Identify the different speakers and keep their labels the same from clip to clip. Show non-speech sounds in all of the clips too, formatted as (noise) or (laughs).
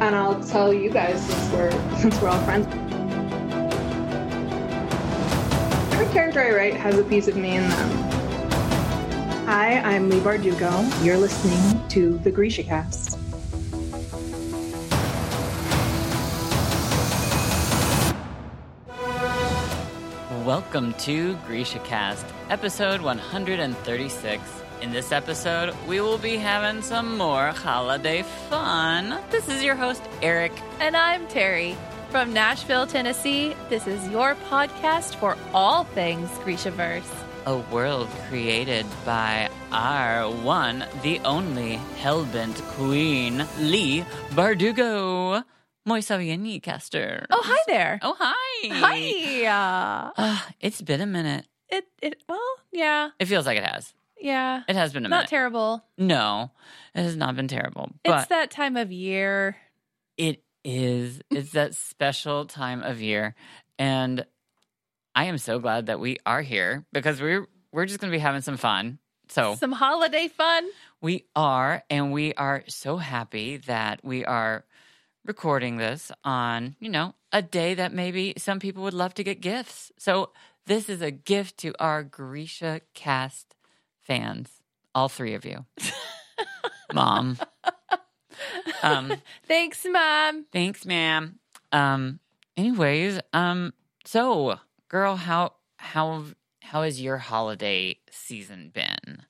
Speaker 1: and I'll tell you guys since we're since we're all friends. Every character I write has a piece of me in them. Hi, I'm Lee Bardugo. You're listening to the Grisha Cast.
Speaker 2: Welcome to Grisha Cast, episode 136. In this episode, we will be having some more holiday fun. This is your host, Eric.
Speaker 3: And I'm Terry. From Nashville, Tennessee, this is your podcast for all things Grishaverse.
Speaker 2: A world created by our one, the only hellbent queen, Lee Bardugo. Muy bien, Caster.
Speaker 3: Oh, hi there.
Speaker 2: Oh, hi.
Speaker 3: Hi.
Speaker 2: Ah, it's been a minute.
Speaker 3: it, it, well, yeah,
Speaker 2: It feels like it has.
Speaker 3: yeah.
Speaker 2: It has been a
Speaker 3: Not
Speaker 2: minute.
Speaker 3: terrible.
Speaker 2: no, it has not been terrible.
Speaker 3: it's
Speaker 2: But
Speaker 3: that time of year.
Speaker 2: it is. It's that special time of year, and I am so glad that we are here because we're we're just going to be having some fun. So
Speaker 3: Some holiday fun.
Speaker 2: we are, and we are so happy that we are recording this on you know a day that maybe some people would love to get gifts. So this is a gift to our Grisha Cast fans, all three of you, mom. Um,
Speaker 3: Thanks, Mom.
Speaker 2: Thanks, ma'am. Um. Anyways, um. So, girl, how how how has your holiday season been?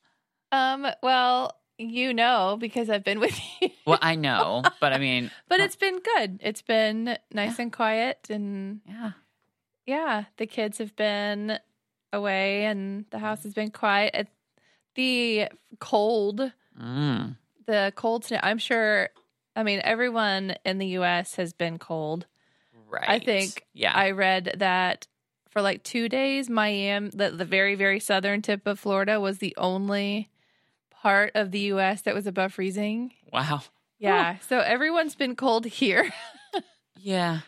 Speaker 3: Um, well, you know, because I've been with (laughs) you.
Speaker 2: Well, I know, but I
Speaker 3: (laughs)
Speaker 2: mean,
Speaker 3: But it's been good. It's been nice and quiet and
Speaker 2: yeah,
Speaker 3: yeah, the kids have been away and the house has been quiet. It, the cold,
Speaker 2: mm,
Speaker 3: the cold snap. I'm sure. I mean, everyone in the U.S. has been cold.
Speaker 2: right.
Speaker 3: think
Speaker 2: yeah,
Speaker 3: I read that for like two days, Miami, the, the very very southern tip of Florida, was the only part of the U.S. that was above freezing.
Speaker 2: wow,
Speaker 3: Yeah, so everyone's been cold here. (laughs)
Speaker 2: yeah.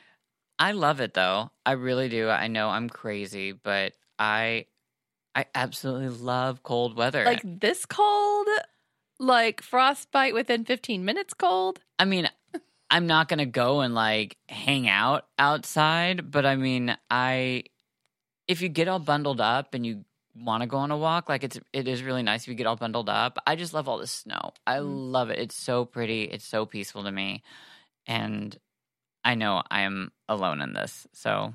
Speaker 2: I love it though. I really do. I know I'm crazy, but I I absolutely love cold weather.
Speaker 3: like this cold, like frostbite within 15 minutes cold.
Speaker 2: I mean, I'm not gonna go and like hang out outside, but I mean, I if you get all bundled up and you want to go on a walk, like it's it is really nice if you get all bundled up. I just love all the snow. I
Speaker 3: Mm.
Speaker 2: love it. It's so pretty. It's so peaceful to me, and I know I am alone in this, so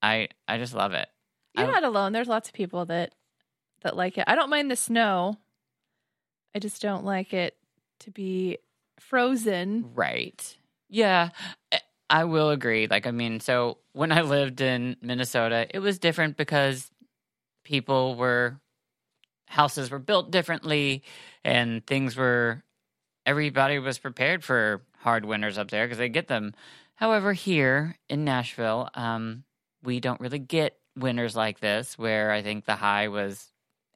Speaker 2: I I just love it.
Speaker 3: You're
Speaker 2: I-
Speaker 3: not alone. There's lots of people that that like it. I don't mind the snow. I just don't like it to be frozen.
Speaker 2: Right. Yeah. I- I will agree. Like, I mean, so when I lived in Minnesota, it was different because people were, houses were built differently and things were, everybody was prepared for hard winters up there because they get them. However, here in Nashville, um, we don't really get winters like this where I think the high was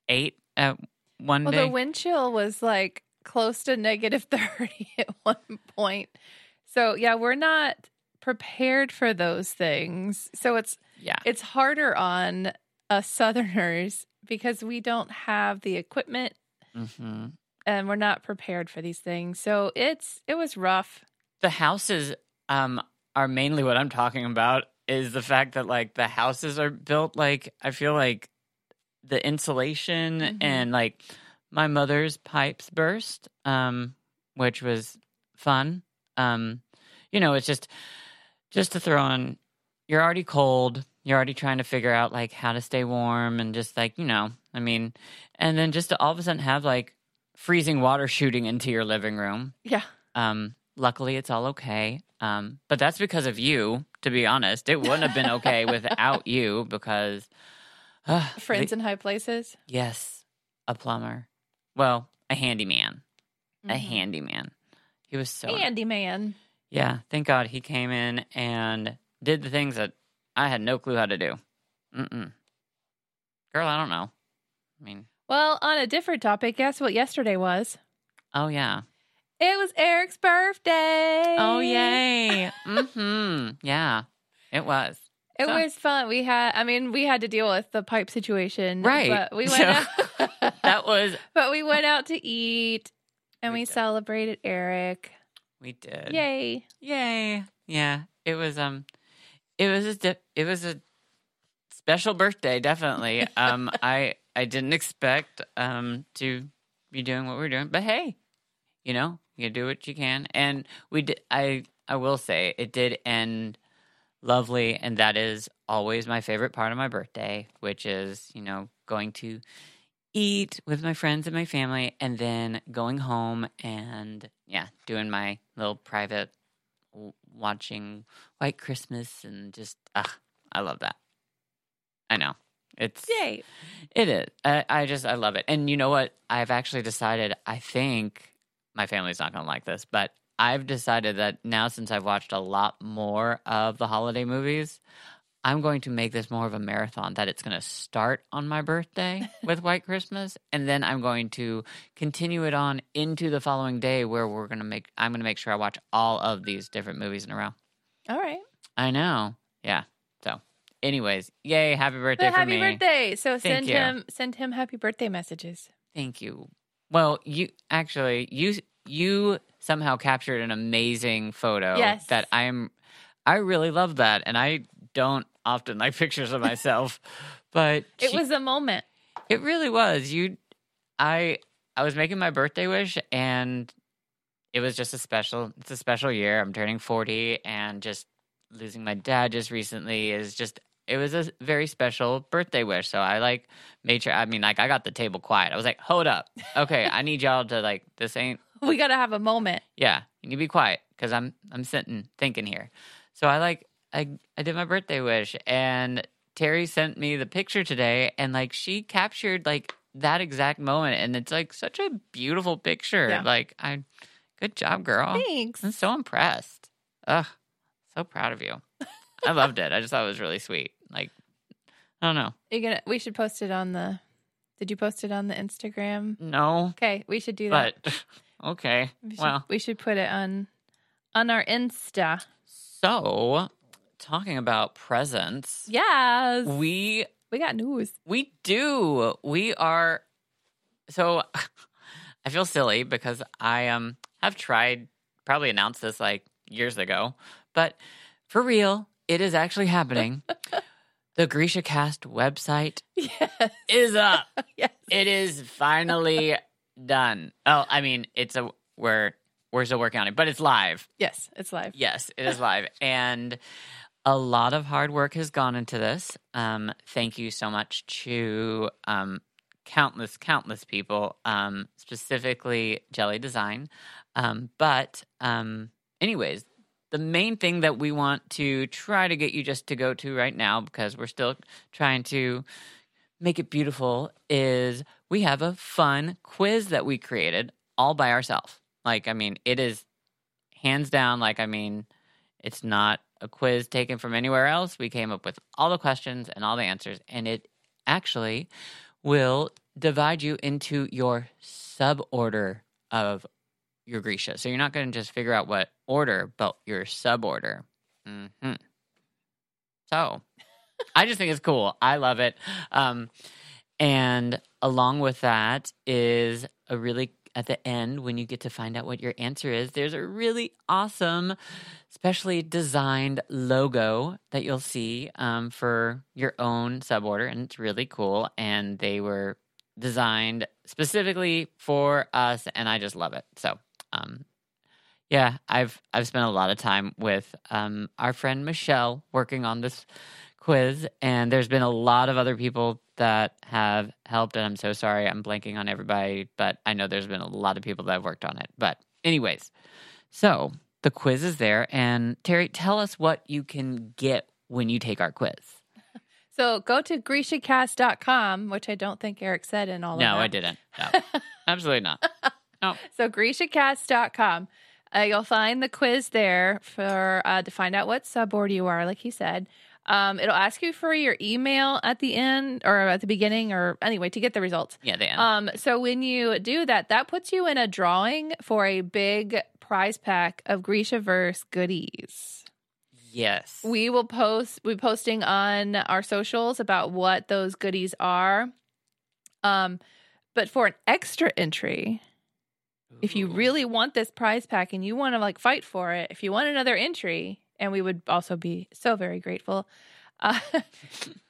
Speaker 2: eight at one
Speaker 3: Well,
Speaker 2: day.
Speaker 3: the wind chill was like close to negative (laughs) 30 at one point. So, yeah, we're not prepared for those things. So, it's
Speaker 2: yeah.
Speaker 3: it's harder on us southerners because we don't have the equipment
Speaker 2: hmm
Speaker 3: and we're not prepared for these things. So, it's it was rough.
Speaker 2: the houses um are mainly what I'm talking about is the fact that like the houses are built like I feel like the insulation
Speaker 3: Mhm.
Speaker 2: and like my mother's pipes burst um which was fun um you know it's just just to throw on you're already cold you're already trying to figure out like how to stay warm and just like you know I mean and then just to all of a sudden have like freezing water shooting into your living room
Speaker 3: Yeah.
Speaker 2: um, luckily, it's all okay. Um, but that's because of you, to be honest. It wouldn't have been okay without you because. Uh, (sighs)
Speaker 3: Friends in high places.
Speaker 2: yes, a plumber. Well, a handyman. A
Speaker 3: Mhm.
Speaker 2: handyman. He was so.
Speaker 3: Handyman.
Speaker 2: yeah, thank God he came in and did the things that I had no clue how to do. Mm-mm. Girl, I don't know. I mean,
Speaker 3: Well, on a different topic, guess what yesterday was?
Speaker 2: oh, yeah.
Speaker 3: It was Eric's birthday.
Speaker 2: Oh, yay. mm-hmm. Yeah, it was.
Speaker 3: It
Speaker 2: So-
Speaker 3: was fun. We had, I mean, we had to deal with the pipe situation,
Speaker 2: Right.
Speaker 3: But
Speaker 2: (laughs)
Speaker 3: we went,
Speaker 2: So-
Speaker 3: out,
Speaker 2: That was
Speaker 3: but we went out to eat, and
Speaker 2: We
Speaker 3: we
Speaker 2: did.
Speaker 3: celebrated Eric.
Speaker 2: We did.
Speaker 3: Yay.
Speaker 2: Yay. Yeah. It was um it was a di- it was a special birthday definitely.
Speaker 3: (laughs)
Speaker 2: um I I didn't expect um to be doing what we are doing, but hey, you know, you do what you can. And we did I I will say it did end lovely and that is always my favorite part of my birthday, which is, you know, going to eat with my friends and my family and then going home and yeah, doing my little private w- watching White Christmas and just ah, I love that. I know it's
Speaker 3: Yay.
Speaker 2: it is. I, I just I love it. And you know what? I've actually decided. I think my family's not going to like this, but I've decided that now since I've watched a lot more of the holiday movies, I'm going to make this more of a marathon. That it's going to start on my
Speaker 3: (laughs)
Speaker 2: birthday with White Christmas, and then I'm going to continue it on into the following day, where we're going to make. I'm going to make sure I watch all of these different movies in a row.
Speaker 3: All right.
Speaker 2: I know. Yeah. So, anyways, yay! Happy birthday
Speaker 3: But
Speaker 2: for me.
Speaker 3: happy birthday. So send
Speaker 2: you.
Speaker 3: him send him happy birthday messages.
Speaker 2: Thank you. Well, you actually you you somehow captured an amazing photo.
Speaker 3: Yes.
Speaker 2: That I'm I really love that and I don't often like pictures of myself. but
Speaker 3: It
Speaker 2: she-
Speaker 3: was a moment. (laughs)
Speaker 2: it really was. You I I was making my birthday wish and it was just a special it's a special year. I'm turning 40 and just losing my dad just recently is just it was a very special birthday wish. So I like made sure I mean like I got the table quiet. I was like, "Hold up. Okay, I need y'all to like this ain't
Speaker 3: We gotta have a moment.
Speaker 2: yeah, you need to be quiet because I'm I'm sitting thinking here. So I like I I did my birthday wish, and Terry sent me the picture today, and like she captured like that exact moment, and it's like such a beautiful picture.
Speaker 3: Yeah.
Speaker 2: Like I, good job, girl.
Speaker 3: Thanks.
Speaker 2: I'm so impressed. Ugh, so proud of you. I loved it. I just thought it was really sweet. Like I don't know.
Speaker 3: You gonna we should post it on the did you post it on the Instagram?
Speaker 2: No,
Speaker 3: Okay, we should do that.
Speaker 2: but okay.
Speaker 3: we should,
Speaker 2: Well,
Speaker 3: we should put it on on our Insta.
Speaker 2: so talking about presents.
Speaker 3: Yes.
Speaker 2: We
Speaker 3: We got news. (laughs)
Speaker 2: we do. We are so (laughs) I feel silly because I um have tried probably announced this like years ago, but for real, it is actually happening. the Grisha Cast website
Speaker 3: Yes.
Speaker 2: is up.
Speaker 3: Yes.
Speaker 2: It is finally done. Oh, I mean, it's a we're we're still working on it, but it's live.
Speaker 3: Yes, it's live.
Speaker 2: Yes, it is live. and a lot of hard work has gone into this. Um, thank you so much to um, countless, countless people, um, specifically Jelly Design. Um, but, um, anyways, the main thing that we want to try to get you just to go to right now, because we're still trying to make it beautiful, is we have a fun quiz that we created all by ourselves. Like, I mean, it is hands down like i mean it's not a quiz taken from anywhere else we came up with all the questions and all the answers and it actually will divide you into your sub order of your grisha so you're not going to just figure out what order but your sub order hmm so i just think it's cool i love it um, and along with that is a really, at the end, when you get to find out what your answer is, there's a really awesome, specially designed logo that you'll see um, for your own suborder. And it's really cool. And they were designed specifically for us. And I just love it. So, um, yeah, I've I've spent a lot of time with um, our friend Michelle working on this quiz, and there's been a lot of other people that have helped, and I'm so sorry I'm blanking on everybody, but I know there's been a lot of people that have worked on it. But anyways, so the quiz is there, and Terry, tell us what you can get when you take our quiz.
Speaker 3: So go to GrishaCast.com, which I don't think Eric said in all
Speaker 2: no,
Speaker 3: of that.
Speaker 2: I didn't. No,
Speaker 3: (laughs)
Speaker 2: absolutely not.
Speaker 3: So GrishaCast.com. Uh, you'll find the quiz there for uh, to find out what subboard you are, like he said. Um, it'll ask you for your email at the end or at the beginning or anyway to get the results.
Speaker 2: Yeah, the end.
Speaker 3: Um, so when you do that, that puts you in a drawing for a big prize pack of Grishaverse goodies.
Speaker 2: yes,
Speaker 3: We will post we posting on our socials about what those goodies are. Um, but for an extra entry, if you
Speaker 2: Ooh.
Speaker 3: really want this prize pack and you want to like fight for it, if you want another entry, and we would also be so very grateful, uh, (laughs)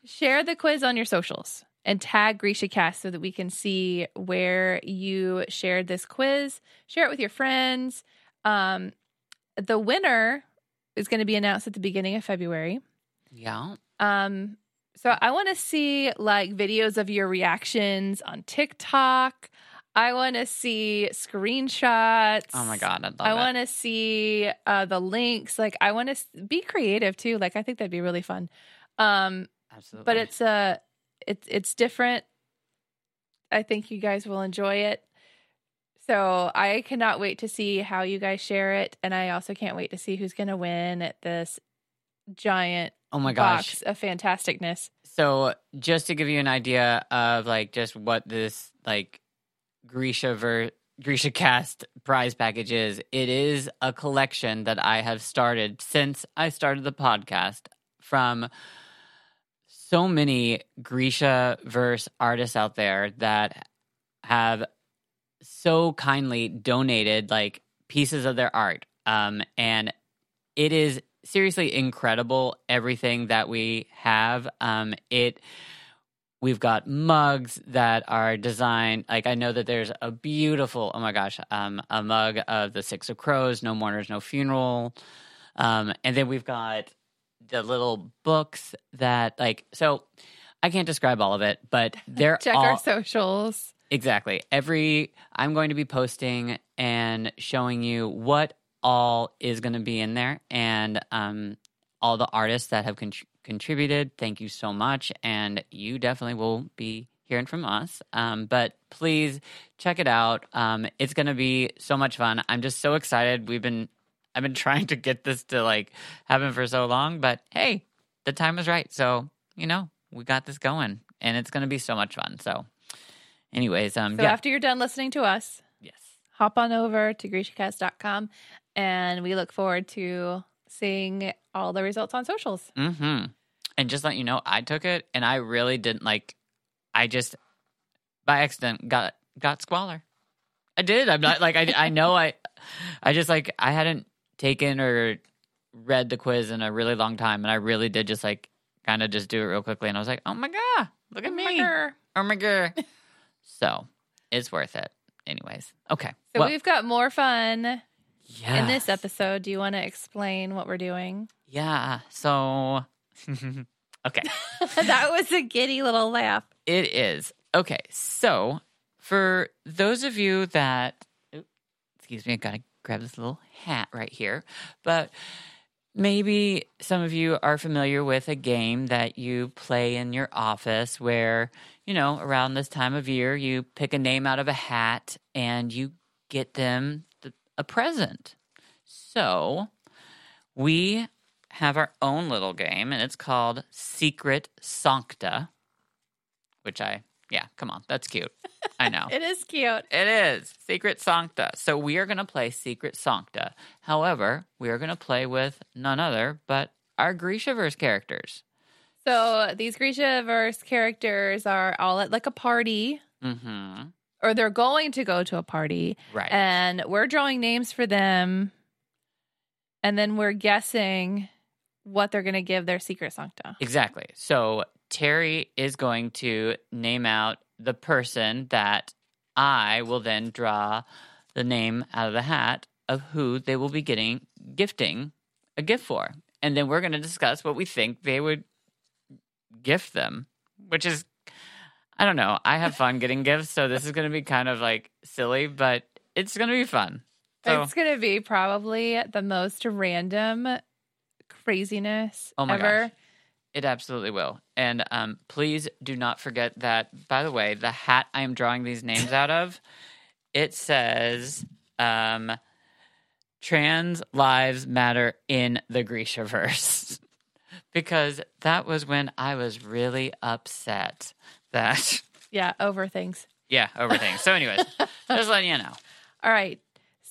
Speaker 3: share the quiz on your socials and tag Grisha Cast so that we can see where you shared this quiz. Share it with your friends. Um, the winner is going to be announced at the beginning of February.
Speaker 2: Yeah.
Speaker 3: Um, so I want to see like videos of your reactions on TikTok. I want to see screenshots.
Speaker 2: Oh my god, I'd love
Speaker 3: I
Speaker 2: it.
Speaker 3: want to see uh, the links. Like I want to s- be creative too. Like I think that'd be really fun. Um,
Speaker 2: Absolutely.
Speaker 3: but it's uh, it's it's different. I think you guys will enjoy it. So I cannot wait to see how you guys share it, and I also can't wait to see who's going to win at this giant
Speaker 2: oh my gosh.
Speaker 3: box of fantasticness.
Speaker 2: So just to give you an idea of like just what this like Grisha ver Grisha cast prize package is, it is a collection that I have started since I started the podcast from so many Grisha verse artists out there that have so kindly donated like pieces of their art. Um, and it is seriously incredible everything that we have. Um, it we've got mugs that are designed like I know that there's a beautiful oh my gosh um, a mug of the Six of Crows, No Mourners, No Funeral, um, and then we've got the little books that like so. I can't describe all of it,
Speaker 3: (laughs)
Speaker 2: but they're
Speaker 3: Check
Speaker 2: all,
Speaker 3: our socials.
Speaker 2: Exactly. Every I'm going to be posting and showing you what all is going to be in there and um all the artists that have con- contributed. Thank you so much and you definitely will be hearing from us. Um but please check it out. Um it's going to be so much fun. I'm just so excited. We've been I've been (laughs) trying to get this to like happen for so long, but hey, the time is right. So, you know, we got this going and it's going to be so much fun. So, anyways, um
Speaker 3: So
Speaker 2: yeah.
Speaker 3: after you're done listening to us,
Speaker 2: yes.
Speaker 3: hop on over to GrishaCast.com and we look forward to seeing all the results on socials.
Speaker 2: Mhm. And just let you know, I took it and I really didn't like I just by accident got got squalor. I did. I'm not like I I know I I just like I hadn't taken or read the quiz in a really long time and I really did just like kind of just do it real quickly and I was like, "Oh my god, look at me."
Speaker 3: Mugger.
Speaker 2: Oh my god. (laughs) so it's worth it. Anyways. Okay.
Speaker 3: So we've got more fun
Speaker 2: yeah.
Speaker 3: in this episode. Do you want to explain what we're doing?
Speaker 2: Yeah. So (laughs) okay.
Speaker 3: (laughs) that was a giddy little laugh.
Speaker 2: It is. Okay. So for those of you that oop, excuse me, I gotta grab this little hat right here. But maybe some of you are familiar with a game that you play in your office where, you know, around this time of year you pick a name out of a hat and you get them th- a present. So we have our own little game and it's called Secret Sancta, which I, yeah, come on, that's cute. I know.
Speaker 3: It is cute.
Speaker 2: It is Secret Sancta. So we are going to play Secret Sancta. However, we are going to play with none other but our Grishaverse characters.
Speaker 3: So these Grishaverse characters are all at like a party
Speaker 2: hmm
Speaker 3: or they're going to go to a party.
Speaker 2: Right.
Speaker 3: and we're drawing names for them and then we're guessing what they're going to give their secret sancta
Speaker 2: exactly. So Terry is going to name out the person that I will then draw the name out of the hat of who they will be getting gifting a gift for. And then we're going to discuss what we think they would gift them, which is, I don't know. I have fun getting gifts, so this is going to be kind of like silly, but it's going to be fun. So,
Speaker 3: it's going to be probably the most random craziness
Speaker 2: Oh my
Speaker 3: ever
Speaker 2: gosh. it absolutely will. And um, please do not forget that, by the way, the hat I am drawing these names out of, it says um, Trans Lives Matter in the Grishaverse. (laughs) because that was when I was really upset that, (laughs)
Speaker 3: yeah over things
Speaker 2: yeah, over things. So, anyways, just letting you know.
Speaker 3: all right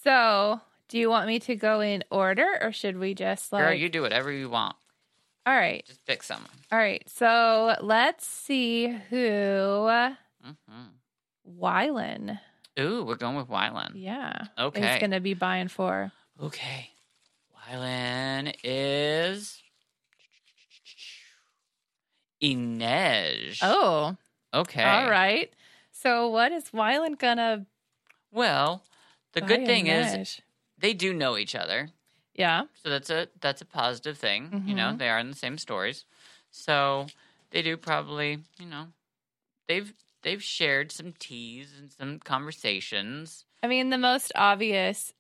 Speaker 3: so do you want me to go in order or should we just like
Speaker 2: Girl, you do whatever you want.
Speaker 3: all right
Speaker 2: Just pick someone.
Speaker 3: all right so let's see who
Speaker 2: hmm
Speaker 3: wylan
Speaker 2: Ooh, we're going with Wylan.
Speaker 3: Yeah. It's
Speaker 2: Okay.
Speaker 3: going to be buying four.
Speaker 2: Okay. Wylan is Inej.
Speaker 3: Oh,
Speaker 2: okay.
Speaker 3: all right. So what is Wyland going to
Speaker 2: Well, the
Speaker 3: buy
Speaker 2: good thing is
Speaker 3: Inej?
Speaker 2: they do know each other.
Speaker 3: Yeah.
Speaker 2: So that's a that's a positive thing. You know,
Speaker 3: Mhm.
Speaker 2: they are in the same stories. So they do probably, you know, they've they've shared some teas and some conversations.
Speaker 3: I mean, the most obvious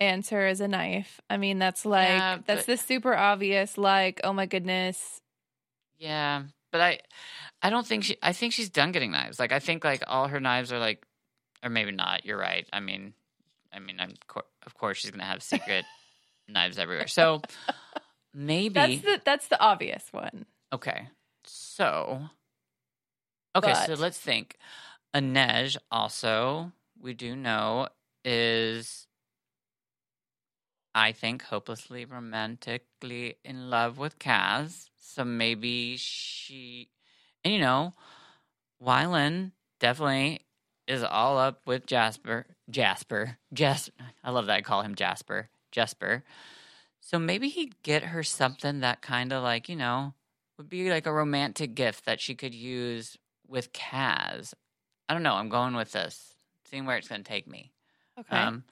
Speaker 3: answer is a knife. I mean, that's like,
Speaker 2: Yeah, but-
Speaker 3: that's the super obvious, like, oh my goodness.
Speaker 2: Yeah. But I I don't think she I think she's done getting knives. Like I think like all her knives are like or maybe not. You're right. I mean I mean I'm co- of course she's going to have
Speaker 3: (laughs)
Speaker 2: secret knives everywhere. So maybe
Speaker 3: That's the, that's the obvious one.
Speaker 2: Okay. So, okay, so
Speaker 3: But-
Speaker 2: let's think. Inej also, we do know, is, I think, hopelessly romantically in love with Kaz. So maybe she, and you know, Wylan definitely is all up with Jasper. Jasper. Jasper. I love that I call him Jasper. Jasper. So maybe he'd get her something that kind of like, you know, would be like a romantic gift that she could use with Kaz. I don't know. I'm going with this, seeing where it's going to take me.
Speaker 3: Okay.
Speaker 2: Um,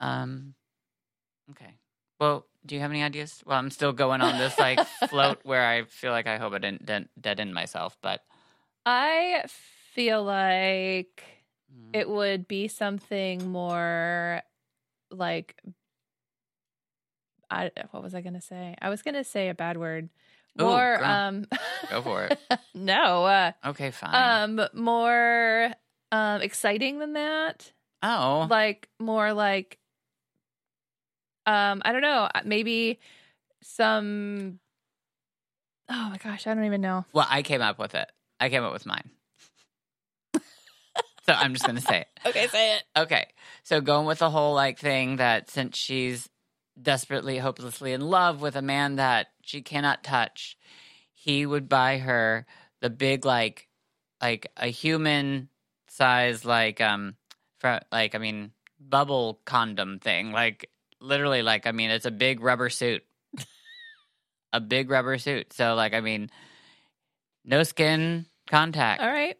Speaker 2: um, okay. Well, do you have any ideas? Well, I'm still going on this (laughs) like float where I feel like I hope I didn't dead, dead end myself, but
Speaker 3: I feel like
Speaker 2: Mm.
Speaker 3: it would be something more like I what was I going to say? I was going to say a bad word.
Speaker 2: Ooh,
Speaker 3: More
Speaker 2: girl.
Speaker 3: um
Speaker 2: go for it.
Speaker 3: (laughs) no, uh,
Speaker 2: Okay, fine.
Speaker 3: um more um exciting than that.
Speaker 2: oh,
Speaker 3: Like more like um I don't know, maybe some Oh my gosh, I don't even know.
Speaker 2: well, I came up with it. I came up with (laughs) mine. so I'm just going to say it.
Speaker 3: Okay, say it.
Speaker 2: Okay. So going with the whole like thing that since she's desperately, hopelessly in love with a man that she cannot touch, he would buy her the big like like a human size like um from like I mean bubble condom thing. Like literally like I mean it's a big rubber suit. a big rubber suit. So like I mean no skin contact.
Speaker 3: All right.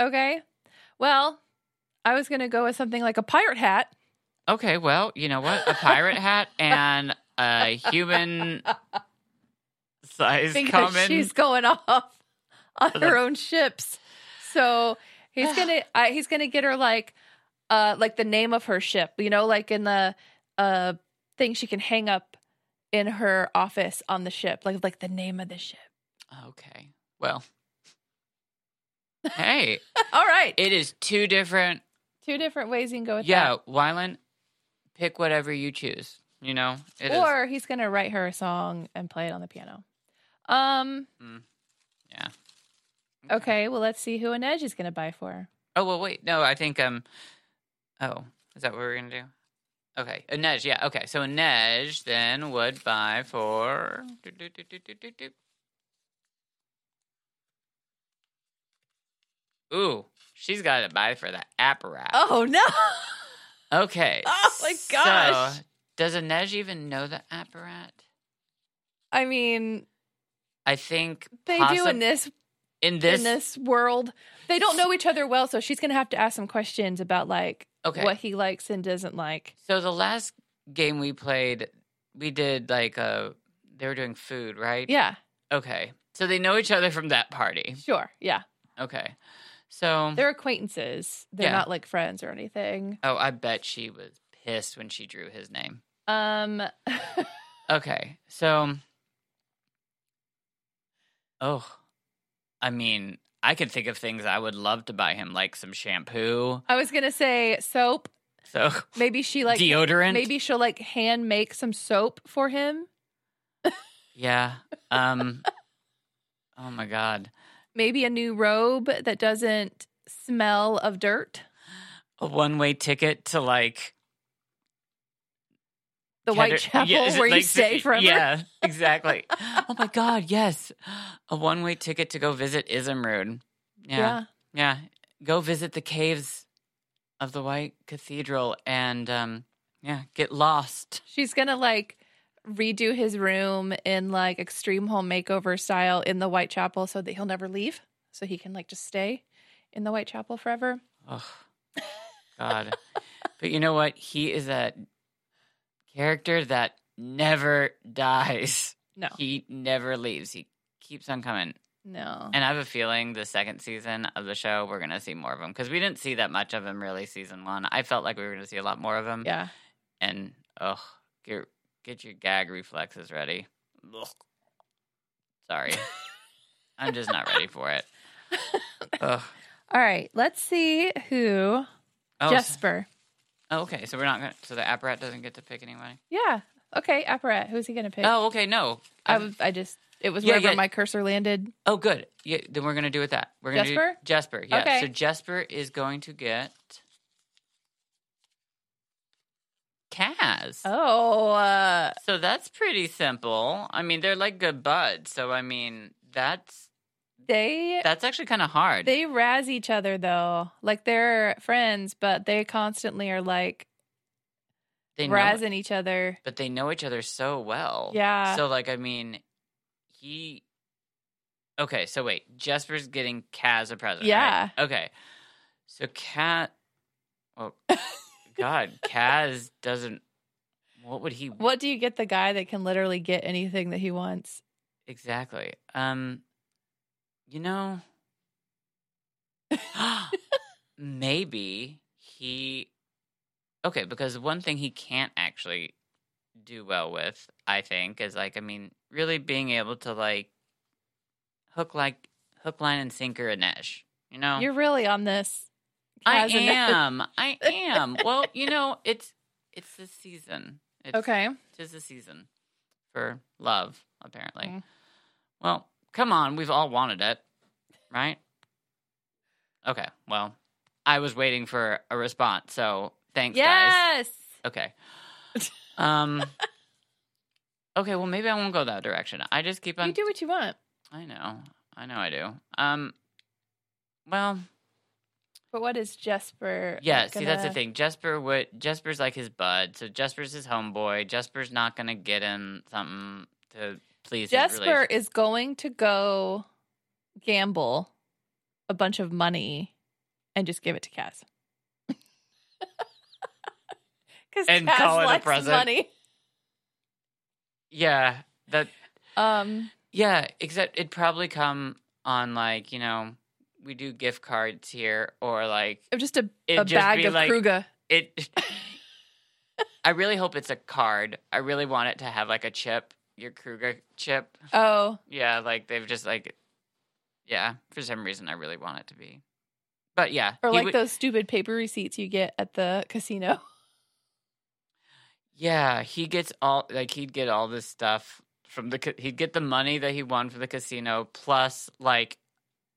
Speaker 3: Okay. Well, I was going to go with something like a pirate hat.
Speaker 2: Okay, well, you know what? A pirate hat
Speaker 3: (laughs)
Speaker 2: and a human size
Speaker 3: because
Speaker 2: common.
Speaker 3: she's going (laughs) off on
Speaker 2: But
Speaker 3: her own ships. So
Speaker 2: (sighs)
Speaker 3: he's gonna uh, he's gonna get her like uh like the name of her ship, you know, like in the uh thing she can hang up in her office on the ship, like like the name of the
Speaker 2: (laughs)
Speaker 3: ship.
Speaker 2: Okay. Well. Hey,
Speaker 3: All right,
Speaker 2: it is two different.
Speaker 3: two different ways you can go with
Speaker 2: yeah, Wylan, pick whatever you choose. You know, it
Speaker 3: that.
Speaker 2: is.
Speaker 3: Or he's gonna write her a song and play it on the piano. Um.
Speaker 2: Mm. Yeah.
Speaker 3: Okay. well, let's see who Inej is gonna buy
Speaker 2: (laughs)
Speaker 3: for.
Speaker 2: Oh well, wait. No, I think um. Oh, is that what we're gonna do? Okay, Inej. Yeah. Okay, so Inej then would buy for. do, do, do, do, do, do, do. Ooh, she's got to buy for the apparat.
Speaker 3: Oh no! (laughs)
Speaker 2: Okay.
Speaker 3: Oh, my
Speaker 2: so,
Speaker 3: gosh.
Speaker 2: does Inej even know the apparat?
Speaker 3: I mean,
Speaker 2: I think
Speaker 3: they do
Speaker 2: possi-
Speaker 3: in this
Speaker 2: in this.
Speaker 3: in this world. They don't know each other well, so she's gonna have to ask some questions about like
Speaker 2: Okay.
Speaker 3: what he likes and doesn't like.
Speaker 2: So the last game we played, we did like a. They were doing food, right?
Speaker 3: Yeah,
Speaker 2: Okay. So they know each other from that party.
Speaker 3: sure, yeah.
Speaker 2: Okay. So
Speaker 3: They're acquaintances. They're
Speaker 2: Yeah.
Speaker 3: not like friends or anything.
Speaker 2: oh, I bet she was pissed when she drew his name.
Speaker 3: Um,
Speaker 2: Okay. So Oh. I mean, I could think of things I would love to buy him like some shampoo.
Speaker 3: I was gonna say soap.
Speaker 2: So
Speaker 3: Maybe she (laughs) like
Speaker 2: deodorant.
Speaker 3: maybe she'll like hand make some soap for him.
Speaker 2: Yeah.
Speaker 3: (laughs)
Speaker 2: Um Oh my god.
Speaker 3: Maybe a new robe that doesn't smell of dirt.
Speaker 2: A one-way ticket to like
Speaker 3: The
Speaker 2: Keder-
Speaker 3: White Chapel
Speaker 2: Yeah, is it
Speaker 3: where you
Speaker 2: like-
Speaker 3: stay forever.
Speaker 2: Yeah,
Speaker 3: (laughs)
Speaker 2: exactly. oh my God, yes. A one way ticket to go visit Ismrud. Yeah, yeah.
Speaker 3: yeah.
Speaker 2: go visit the caves of the White Cathedral and um, yeah, get lost.
Speaker 3: She's gonna like redo his room in like extreme home makeover style in the Whitechapel so that he'll never leave. So he can like just stay in the Whitechapel forever.
Speaker 2: Oh,
Speaker 3: (laughs)
Speaker 2: God. but you know what? He is a character that never dies.
Speaker 3: No.
Speaker 2: He never leaves. He keeps on coming.
Speaker 3: No.
Speaker 2: And I have a feeling the second season of the show, we're going to see more of him because we didn't see that much of him really season one. I felt like we were going to see a lot more of him.
Speaker 3: yeah.
Speaker 2: And, ugh, get, get your gag reflexes ready. Ugh. Sorry. I'm just not ready for
Speaker 3: (laughs)
Speaker 2: it. Ugh.
Speaker 3: All right. Let's see who
Speaker 2: Oh,
Speaker 3: Jesper.
Speaker 2: Oh, okay, so we're not going to, so the apparat doesn't get to pick anybody.
Speaker 3: Yeah. Okay. Apparat. Who's he gonna pick?
Speaker 2: Oh, okay, no.
Speaker 3: I was. I just. It was
Speaker 2: Yeah,
Speaker 3: wherever
Speaker 2: yeah.
Speaker 3: my cursor landed.
Speaker 2: oh, good. Yeah, then we're going to do it that. We're going to
Speaker 3: Jesper?
Speaker 2: do Jesper. Yeah.
Speaker 3: Okay.
Speaker 2: So Jesper is going to get Kaz.
Speaker 3: Oh. Uh,
Speaker 2: So that's pretty simple. I mean, they're like good buds. So I mean, that's
Speaker 3: they
Speaker 2: that's actually kind of hard.
Speaker 3: they razz each other though. Like they're friends, but they constantly are like
Speaker 2: They know it.
Speaker 3: razzing each other.
Speaker 2: but they know each other so well.
Speaker 3: Yeah.
Speaker 2: So like I mean, he Okay, so wait, Jesper's getting Kaz a present. right?
Speaker 3: Yeah.
Speaker 2: Okay. So Kaz
Speaker 3: (laughs)
Speaker 2: Oh God, Kaz doesn't what would he
Speaker 3: What do you get the guy that can literally get anything that he wants?
Speaker 2: exactly? Um you know maybe he Okay, because one thing he can't actually do well with, I think, is like I mean, really being able to like hook like hook line and sinker a Nesh. You know?
Speaker 3: You're really on this.
Speaker 2: Uh. I
Speaker 3: Kaz and-
Speaker 2: am. I am. Well, you know, it's it's the season. It's,
Speaker 3: Okay.
Speaker 2: Tis the season for love, apparently.
Speaker 3: Mm.
Speaker 2: Well, come on, we've all wanted it, right? Okay. Well, I was waiting for a response, so thanks, guys.
Speaker 3: Yes.
Speaker 2: Okay. (laughs) Um. okay. Well, maybe I won't go that direction. I just keep on.
Speaker 3: You do what you want.
Speaker 2: I know. I know. I do. Um. Well,
Speaker 3: But what is Jesper? like,
Speaker 2: yeah. See, that's the
Speaker 3: gonna-
Speaker 2: thing. Jesper would. Jesper's like his bud. So Jesper's his homeboy. Jesper's not gonna get him something to please. His
Speaker 3: Jesper
Speaker 2: relation-
Speaker 3: is going to go gamble a bunch of money and just give it to (laughs) Cass. Because
Speaker 2: And
Speaker 3: Cass
Speaker 2: call it a
Speaker 3: likes
Speaker 2: present.
Speaker 3: money.
Speaker 2: yeah. That.
Speaker 3: Um,
Speaker 2: Yeah. Except it'd probably come on like you know we do gift cards here or like
Speaker 3: just a,
Speaker 2: it'd
Speaker 3: a
Speaker 2: just
Speaker 3: bag
Speaker 2: be
Speaker 3: of
Speaker 2: like
Speaker 3: Kruger.
Speaker 2: it (laughs) I really hope it's a card. I really want it to have like a chip, your Kruger chip.
Speaker 3: Oh,
Speaker 2: Yeah, like they've just like yeah, for some reason I really want it to be. But yeah,
Speaker 3: or
Speaker 2: he
Speaker 3: like
Speaker 2: would-
Speaker 3: those stupid paper receipts you get at the casino.
Speaker 2: Yeah, he gets all like he'd get all this stuff from the ca- he'd get the money that he won for the casino plus like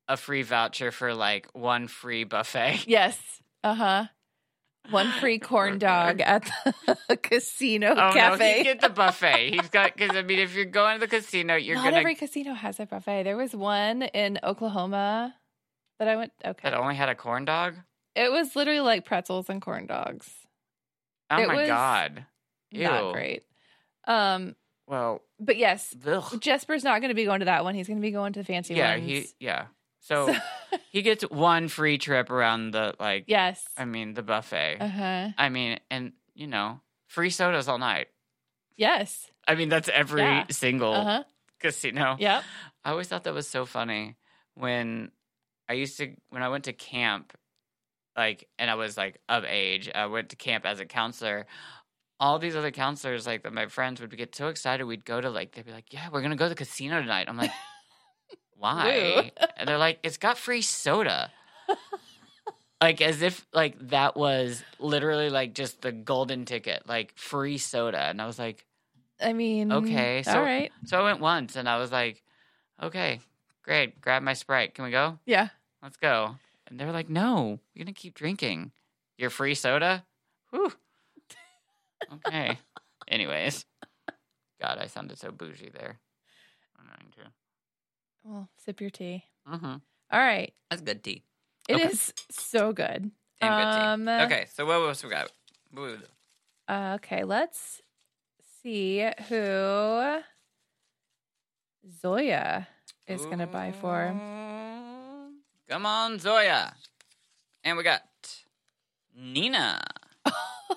Speaker 2: a free voucher for like one free buffet.
Speaker 3: Yes. Uh huh. (laughs)
Speaker 2: (gasps)
Speaker 3: One
Speaker 2: (laughs)
Speaker 3: free corn dog at the (laughs) casino
Speaker 2: Oh no,
Speaker 3: cafe.
Speaker 2: he'd get the buffet. He's got because I mean, if you're going to the casino, you're
Speaker 3: Not
Speaker 2: gonna
Speaker 3: every casino has a buffet. There was one in Oklahoma that I went. Okay,
Speaker 2: that only had a corn dog.
Speaker 3: it was literally like pretzels and corn dogs.
Speaker 2: Oh
Speaker 3: It
Speaker 2: my
Speaker 3: was-
Speaker 2: god. Ew.
Speaker 3: Not great. Um,
Speaker 2: Well,
Speaker 3: but yes,
Speaker 2: ugh.
Speaker 3: Jesper's not going to be going to that one. He's going to be going to the fancy
Speaker 2: yeah,
Speaker 3: ones.
Speaker 2: he yeah.
Speaker 3: (laughs)
Speaker 2: So he gets one free trip around the like
Speaker 3: yes.
Speaker 2: I mean the buffet.
Speaker 3: Uh huh.
Speaker 2: I mean, and you know, free sodas all night.
Speaker 3: Yes.
Speaker 2: I mean, that's every
Speaker 3: Yeah.
Speaker 2: single
Speaker 3: Uh huh.
Speaker 2: casino.
Speaker 3: Yep.
Speaker 2: I always thought that was so funny when I used to when I went to camp, like, and I was like of age. I went to camp as a counselor. All these other counselors, like that, my friends would get so excited. We'd go to like they'd be like, "Yeah, we're gonna go to the casino tonight." I'm like, "Why?" and they're like, "It's got free soda." like as if like that was literally like just the golden ticket, like free soda. And I was like,
Speaker 3: I mean,
Speaker 2: Okay, so-
Speaker 3: all right.
Speaker 2: so I went once and I was like, okay, great. Grab my Sprite. Can we go?
Speaker 3: Yeah.
Speaker 2: Let's go. And they were like, no, you're going to keep drinking. Your free soda? Whew. Okay. Anyways. God, I sounded so bougie there.
Speaker 3: Well, sip your tea.
Speaker 2: Mm-hmm.
Speaker 3: All right.
Speaker 2: That's good tea.
Speaker 3: It is
Speaker 2: Okay.
Speaker 3: so good.
Speaker 2: Damn good team.
Speaker 3: Um,
Speaker 2: Okay, so what else we got? What we do?
Speaker 3: Uh, okay, let's see who Zoya is going to buy for.
Speaker 2: Ooh. Come on, Zoya. And we got Nina.
Speaker 3: (laughs)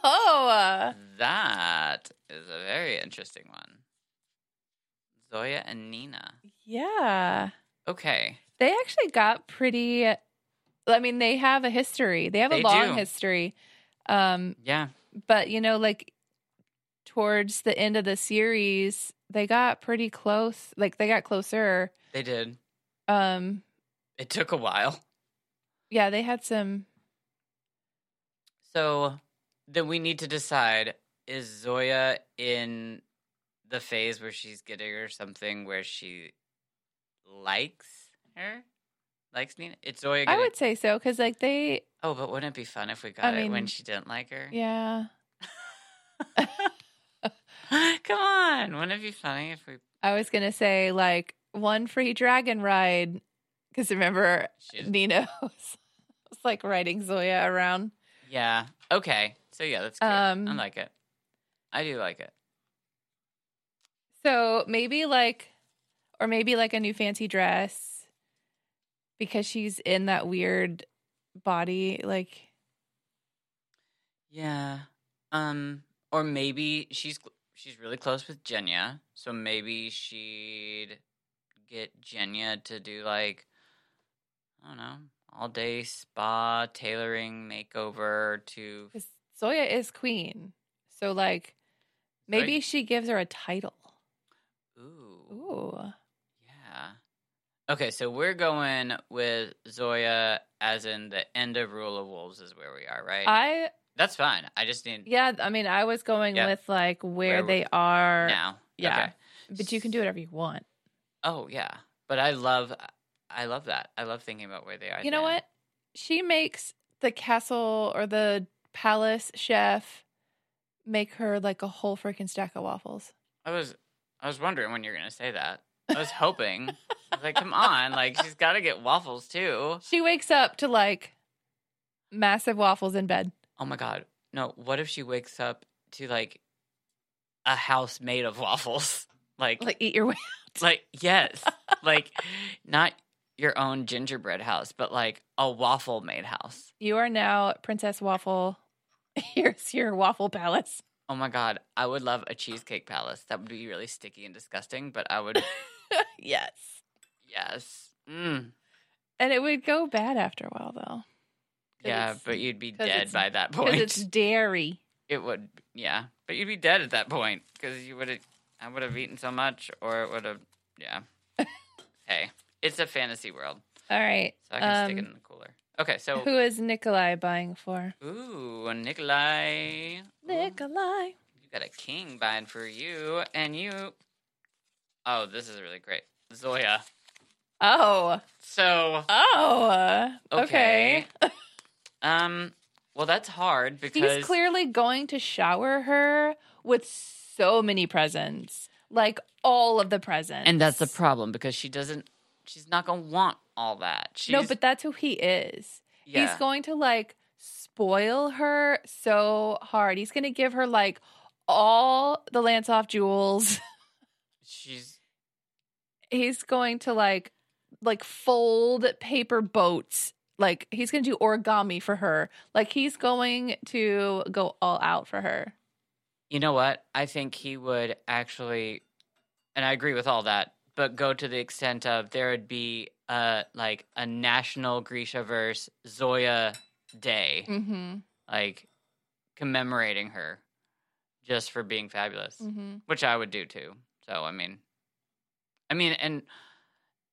Speaker 3: Oh, uh,
Speaker 2: That is a very interesting one. Zoya and Nina.
Speaker 3: yeah.
Speaker 2: Okay.
Speaker 3: They actually got pretty. I mean, they have a history. They have a
Speaker 2: They
Speaker 3: long
Speaker 2: do.
Speaker 3: history. Um,
Speaker 2: Yeah.
Speaker 3: but you know, like towards the end of the series, they got pretty close. Like they got closer.
Speaker 2: They did.
Speaker 3: Um,
Speaker 2: It took a while.
Speaker 3: yeah, they had some.
Speaker 2: So then we need to decide is Zoya in the phase where she's getting her something where she likes her? Likes Nina? It's Zoya
Speaker 3: I
Speaker 2: getting.
Speaker 3: would say so because like they,
Speaker 2: Oh, but wouldn't it be fun if we got
Speaker 3: I
Speaker 2: it when
Speaker 3: mean-
Speaker 2: she didn't like her?
Speaker 3: yeah.
Speaker 2: (gasps) Come on. Wouldn't it be funny if we.
Speaker 3: I was gonna say like one free dragon ride because remember
Speaker 2: She's...
Speaker 3: Nina (laughs) was, was like riding Zoya around.
Speaker 2: Yeah. Okay. So yeah, that's good. I
Speaker 3: Um,
Speaker 2: like it. I do like it.
Speaker 3: So maybe like, or maybe like a new fancy dress because she's in that weird body. Like,
Speaker 2: Yeah. Um. Or maybe she's cl- she's really close with Jenya, so maybe she'd get Jenya to do like I don't know, all day spa tailoring makeover to.
Speaker 3: because Zoya is queen, so like maybe
Speaker 2: Right.
Speaker 3: she gives her a title.
Speaker 2: Ooh.
Speaker 3: Ooh,
Speaker 2: Yeah. Okay, so we're going with Zoya as in the end of Rule of Wolves is where we are, right?
Speaker 3: I
Speaker 2: That's fine. I just need
Speaker 3: yeah. I mean, I was going
Speaker 2: Yeah.
Speaker 3: with like where,
Speaker 2: Where we-
Speaker 3: they are,
Speaker 2: now.
Speaker 3: yeah.
Speaker 2: Okay.
Speaker 3: but you can do whatever you want.
Speaker 2: Oh yeah, but I love, I love that. I love thinking about where they are.
Speaker 3: You know
Speaker 2: then.
Speaker 3: what? She makes the castle or the palace chef make her like a whole freaking stack of waffles.
Speaker 2: I was, I was wondering when you're gonna say
Speaker 3: (laughs)
Speaker 2: that. I was hoping. I was like, come on, like she's got to get waffles too.
Speaker 3: She wakes up to like massive waffles in bed.
Speaker 2: Oh my god, no. What if she wakes up to like a house made of waffles? (laughs) Like, like,
Speaker 3: Like eat your way. (laughs)
Speaker 2: yes, like not your own gingerbread house, but like a waffle made house.
Speaker 3: You are now Princess Waffle. (laughs) Here's your waffle palace. (laughs)
Speaker 2: Oh my god, I would love a cheesecake palace. That would be really sticky and disgusting, but I
Speaker 3: (laughs)
Speaker 2: would.
Speaker 3: yes.
Speaker 2: yes. Mm.
Speaker 3: And it would go bad after a while though. 'Cause
Speaker 2: Yeah,
Speaker 3: it's-
Speaker 2: but you'd be
Speaker 3: 'cause
Speaker 2: dead
Speaker 3: it's-
Speaker 2: by that (laughs)
Speaker 3: Because it's
Speaker 2: point.
Speaker 3: dairy.
Speaker 2: It would, yeah, but you'd be dead at that point because you would have. I would have eaten so much, or it would have.
Speaker 3: (laughs)
Speaker 2: Yeah. hey, it's a fantasy world,
Speaker 3: All right.
Speaker 2: so I can stick
Speaker 3: Um,
Speaker 2: it in the cooler. Okay, so
Speaker 3: Who is Nikolai buying for?
Speaker 2: ooh, Nikolai, Ooh,
Speaker 3: Nikolai.
Speaker 2: you got a king buying for you, and you. Oh, this is really great, Zoya.
Speaker 3: Oh.
Speaker 2: So
Speaker 3: Oh. uh, okay.
Speaker 2: okay.
Speaker 3: (laughs)
Speaker 2: um. Well, that's hard because
Speaker 3: He's clearly going to shower her with so many presents, like all of the presents.
Speaker 2: And that's the problem because she doesn't. She's not gonna want all that. She's,
Speaker 3: no, but that's who he is.
Speaker 2: yeah,
Speaker 3: He's going to like spoil her so hard. He's going to give her like all the Lance off jewels. (laughs)
Speaker 2: she's
Speaker 3: He's going to like like fold paper boats. Like he's going to do origami for her. Like he's going to go all out for her.
Speaker 2: you know what? I think he would actually, and I agree with all that, but go to the extent of there would be a like a national Grisha verse Zoya Day,
Speaker 3: Mhm.
Speaker 2: like commemorating her just for being fabulous,
Speaker 3: Mhm.
Speaker 2: which I would do too. So I mean, I mean, and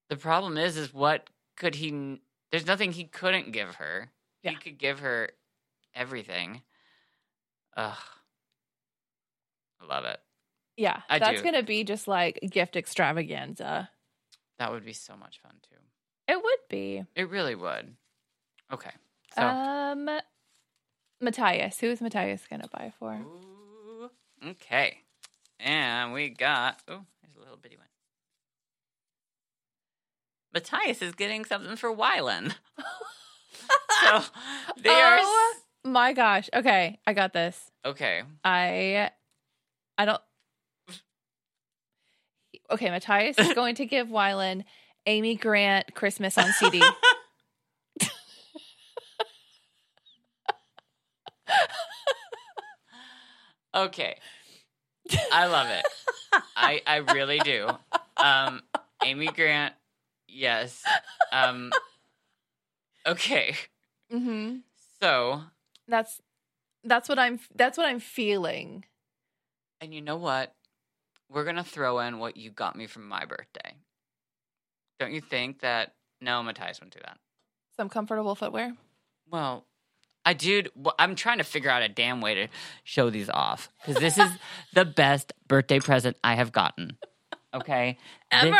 Speaker 2: the problem is, is what could he? n- There's nothing he couldn't give her. He
Speaker 3: Yeah.
Speaker 2: could give her everything. Ugh, I love it.
Speaker 3: Yeah.
Speaker 2: I
Speaker 3: that's
Speaker 2: do.
Speaker 3: going to be just like gift extravaganza.
Speaker 2: That would be so much fun too.
Speaker 3: It would be.
Speaker 2: It really would. Okay, so
Speaker 3: Um Matthias. Who is Matthias gonna buy for?
Speaker 2: Ooh, okay, and we got oh, there's a little bitty one. Matthias is getting something for Wylan. (laughs) so they are. s-
Speaker 3: Oh my gosh. Okay, I got this.
Speaker 2: Okay.
Speaker 3: I I don't Okay,
Speaker 2: (laughs)
Speaker 3: Matthias is going to give Wylan Amy Grant Christmas on
Speaker 2: (laughs)
Speaker 3: CD.
Speaker 2: Okay. I love it. I I really do. Um Amy Grant, yes. Um Okay.
Speaker 3: mm-hmm.
Speaker 2: So,
Speaker 3: That's that's what I'm that's what I'm feeling.
Speaker 2: and you know what? We're going to throw in what you got me from my birthday. Don't you think that no Matthias won't do that.
Speaker 3: Some comfortable footwear.
Speaker 2: Well, I do. Well, I'm trying to figure out a damn way to show these off because this is the best birthday present I have gotten. Okay, Thi-
Speaker 3: Ever?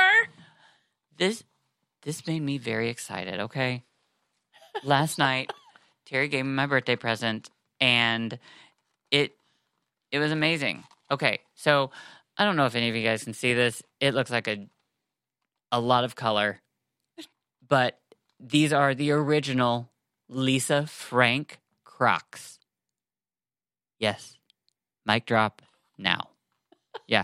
Speaker 2: This this made me very excited, okay? Last night, Terry gave me my birthday present and it it was amazing. Okay, so I don't know if any of you guys can see this. It looks like a a lot of color. But these are the original Lisa Frank Crocs. Yes. Mic drop now. Yeah.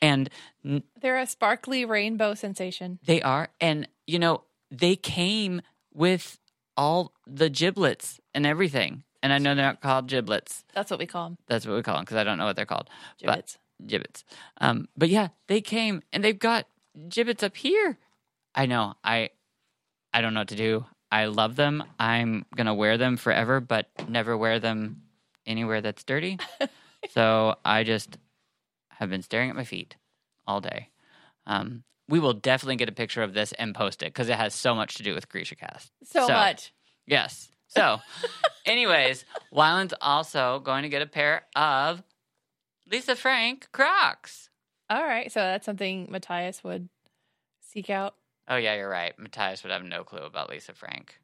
Speaker 2: And
Speaker 3: They're a sparkly rainbow sensation.
Speaker 2: they are. And, you know, they came with all the giblets and everything. And I know they're not called giblets.
Speaker 3: That's what we call them.
Speaker 2: That's what we call them because I don't know what they're called. But-
Speaker 3: Gibbets.
Speaker 2: Gibbets. Um, but yeah, they came and they've got gibbets up here. I know. I I don't know what to do. I love them. I'm gonna wear them forever, but never wear them anywhere that's dirty. so I just have been staring at my feet all day. Um, we will definitely get a picture of this and post it because it has so much to do with Grisha Cast.
Speaker 3: so, much.
Speaker 2: Yes. So, anyways, Wyland's also going to get a pair of Lisa Frank Crocs.
Speaker 3: All right. So that's something Matthias would seek out. (laughs)
Speaker 2: Oh, yeah, you're right. Matthias would have no clue about Lisa Frank.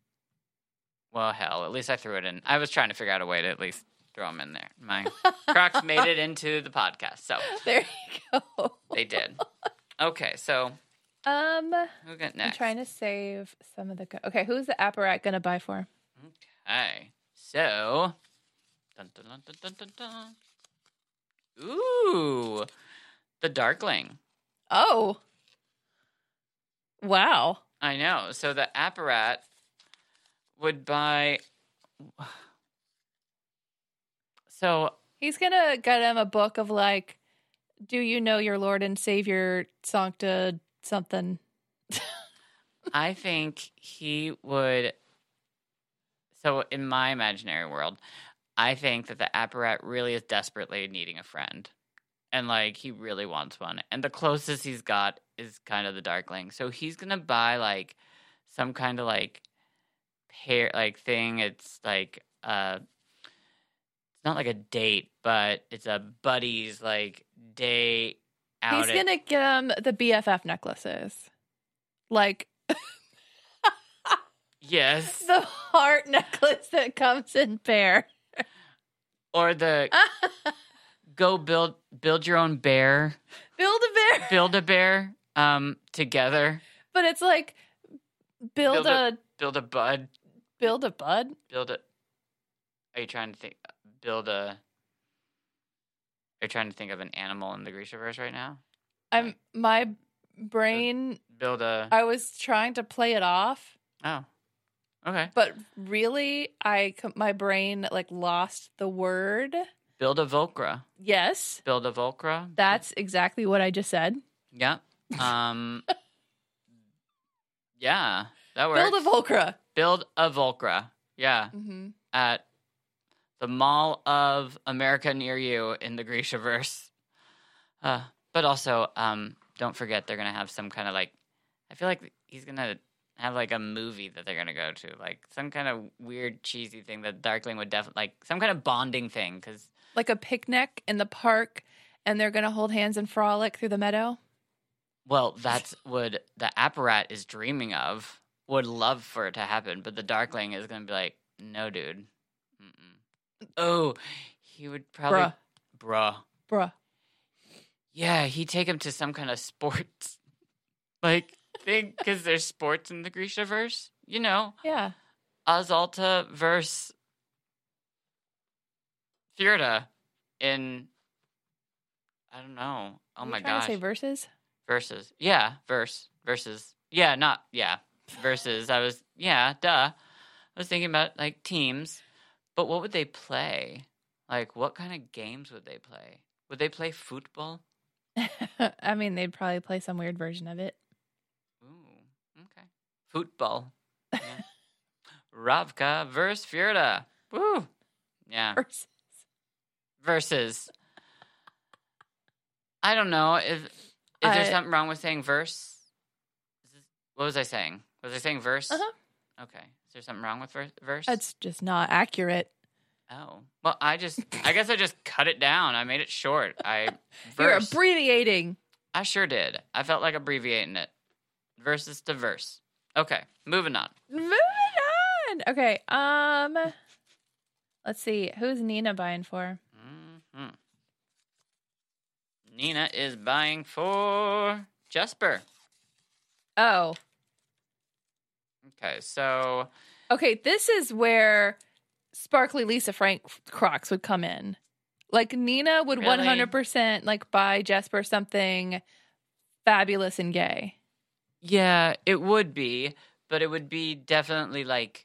Speaker 2: Well, hell, at least I threw it in. I was trying to figure out a way to at least throw them in there.
Speaker 3: (laughs)
Speaker 2: My Crocs made it into the podcast. So,
Speaker 3: There you go.
Speaker 2: they did. Okay, so
Speaker 3: Um
Speaker 2: who got
Speaker 3: I'm
Speaker 2: next?
Speaker 3: trying to save some of the. Co- okay, who's the apparat gonna buy for?
Speaker 2: Okay, so. Dun, dun, dun, dun, dun, dun, dun. Ooh, the Darkling.
Speaker 3: Oh, wow!
Speaker 2: I know. So the apparat would buy. (sighs) So
Speaker 3: He's gonna get him a book of like, do you know your Lord and Savior Sancta something?
Speaker 2: I think he would. So in my imaginary world, I think that the apparat really is desperately needing a friend. And like he really wants one. And the closest he's got is kind of the darkling. So he's gonna buy like some kind of like pair like thing. It's like uh it's not like a date, but it's a buddy's like day out.
Speaker 3: He's gonna get him the BFF necklaces, like
Speaker 2: yes.
Speaker 3: the (laughs) heart necklace that comes in pair.
Speaker 2: or
Speaker 3: (laughs)
Speaker 2: the go build build your own bear,
Speaker 3: Build a bear,
Speaker 2: build a bear um together,
Speaker 3: but it's like build,
Speaker 2: Build
Speaker 3: a,
Speaker 2: a- build a bud,
Speaker 3: build a bud.
Speaker 2: build a Are you trying to think build a Are you trying to think of an animal in the Grishaverse right now?
Speaker 3: I'm my brain.
Speaker 2: Build a
Speaker 3: I was trying to play it off.
Speaker 2: Oh. Okay.
Speaker 3: but really i c- my brain like lost the word
Speaker 2: Build a Volcra.
Speaker 3: yes
Speaker 2: Build a Volcra.
Speaker 3: that's exactly what i just said
Speaker 2: Yep.
Speaker 3: (laughs)
Speaker 2: Um Yeah. That works.
Speaker 3: build a volcra
Speaker 2: build a Volcra. Yeah.
Speaker 3: hmm
Speaker 2: at the Mall of America near you in the Grishaverse. Uh, but also, um, don't forget they're gonna have some kind of like. I feel like he's gonna have like a movie that they're gonna go to, like some kind of weird cheesy thing that Darkling would definitely like some kind of bonding thing because
Speaker 3: like a picnic in the park and they're gonna hold hands and frolic through the meadow
Speaker 2: Well, that's what the apparat is dreaming of. Would love for it to happen, but the Darkling is going to be like, no, dude. Mm-mm. Oh, he would probably,
Speaker 3: Bruh.
Speaker 2: bruh.
Speaker 3: bruh
Speaker 2: Yeah, he'd take him to some kind of sports, (laughs) like thing, because there's sports in the Grishaverse. You know,
Speaker 3: yeah
Speaker 2: Azalta versus Fjorda in I don't know. Oh
Speaker 3: Are you
Speaker 2: my
Speaker 3: trying
Speaker 2: gosh.
Speaker 3: To say verses. (laughs)
Speaker 2: versus. Yeah, verse. Versus. Yeah, not yeah. Versus. I was yeah, duh. I was thinking about like teams. But what would they play? Like what kind of games would they play? Would they play football?
Speaker 3: I mean, they'd probably play some weird version of it.
Speaker 2: Ooh, okay. Football.
Speaker 3: (laughs)
Speaker 2: Yeah. Ravka versus Fjorda. Woo. Yeah.
Speaker 3: Verses.
Speaker 2: Versus. I don't know. Is is there
Speaker 3: I-
Speaker 2: something wrong with saying verse? Is this, what was I saying? Was I saying verse?
Speaker 3: Uh-huh.
Speaker 2: Okay. Is there something wrong with ver- verse?
Speaker 3: That's just not accurate.
Speaker 2: oh. Well, I
Speaker 3: (laughs)
Speaker 2: just I guess I just cut it down. I made it short. I
Speaker 3: You're
Speaker 2: verse.
Speaker 3: abbreviating.
Speaker 2: I sure did. I felt like abbreviating it. Versus to verse. Okay. Moving on.
Speaker 3: Moving on. Okay. Um, let's see. Who's Nina buying for?
Speaker 2: hmm Nina is buying for Jesper.
Speaker 3: Oh,
Speaker 2: Okay, so
Speaker 3: okay. This is where sparkly Lisa Frank Crocs would come in. Like Nina would
Speaker 2: Really?
Speaker 3: 100% like buy Jesper something fabulous and gay.
Speaker 2: yeah, it would be, but it would be definitely like.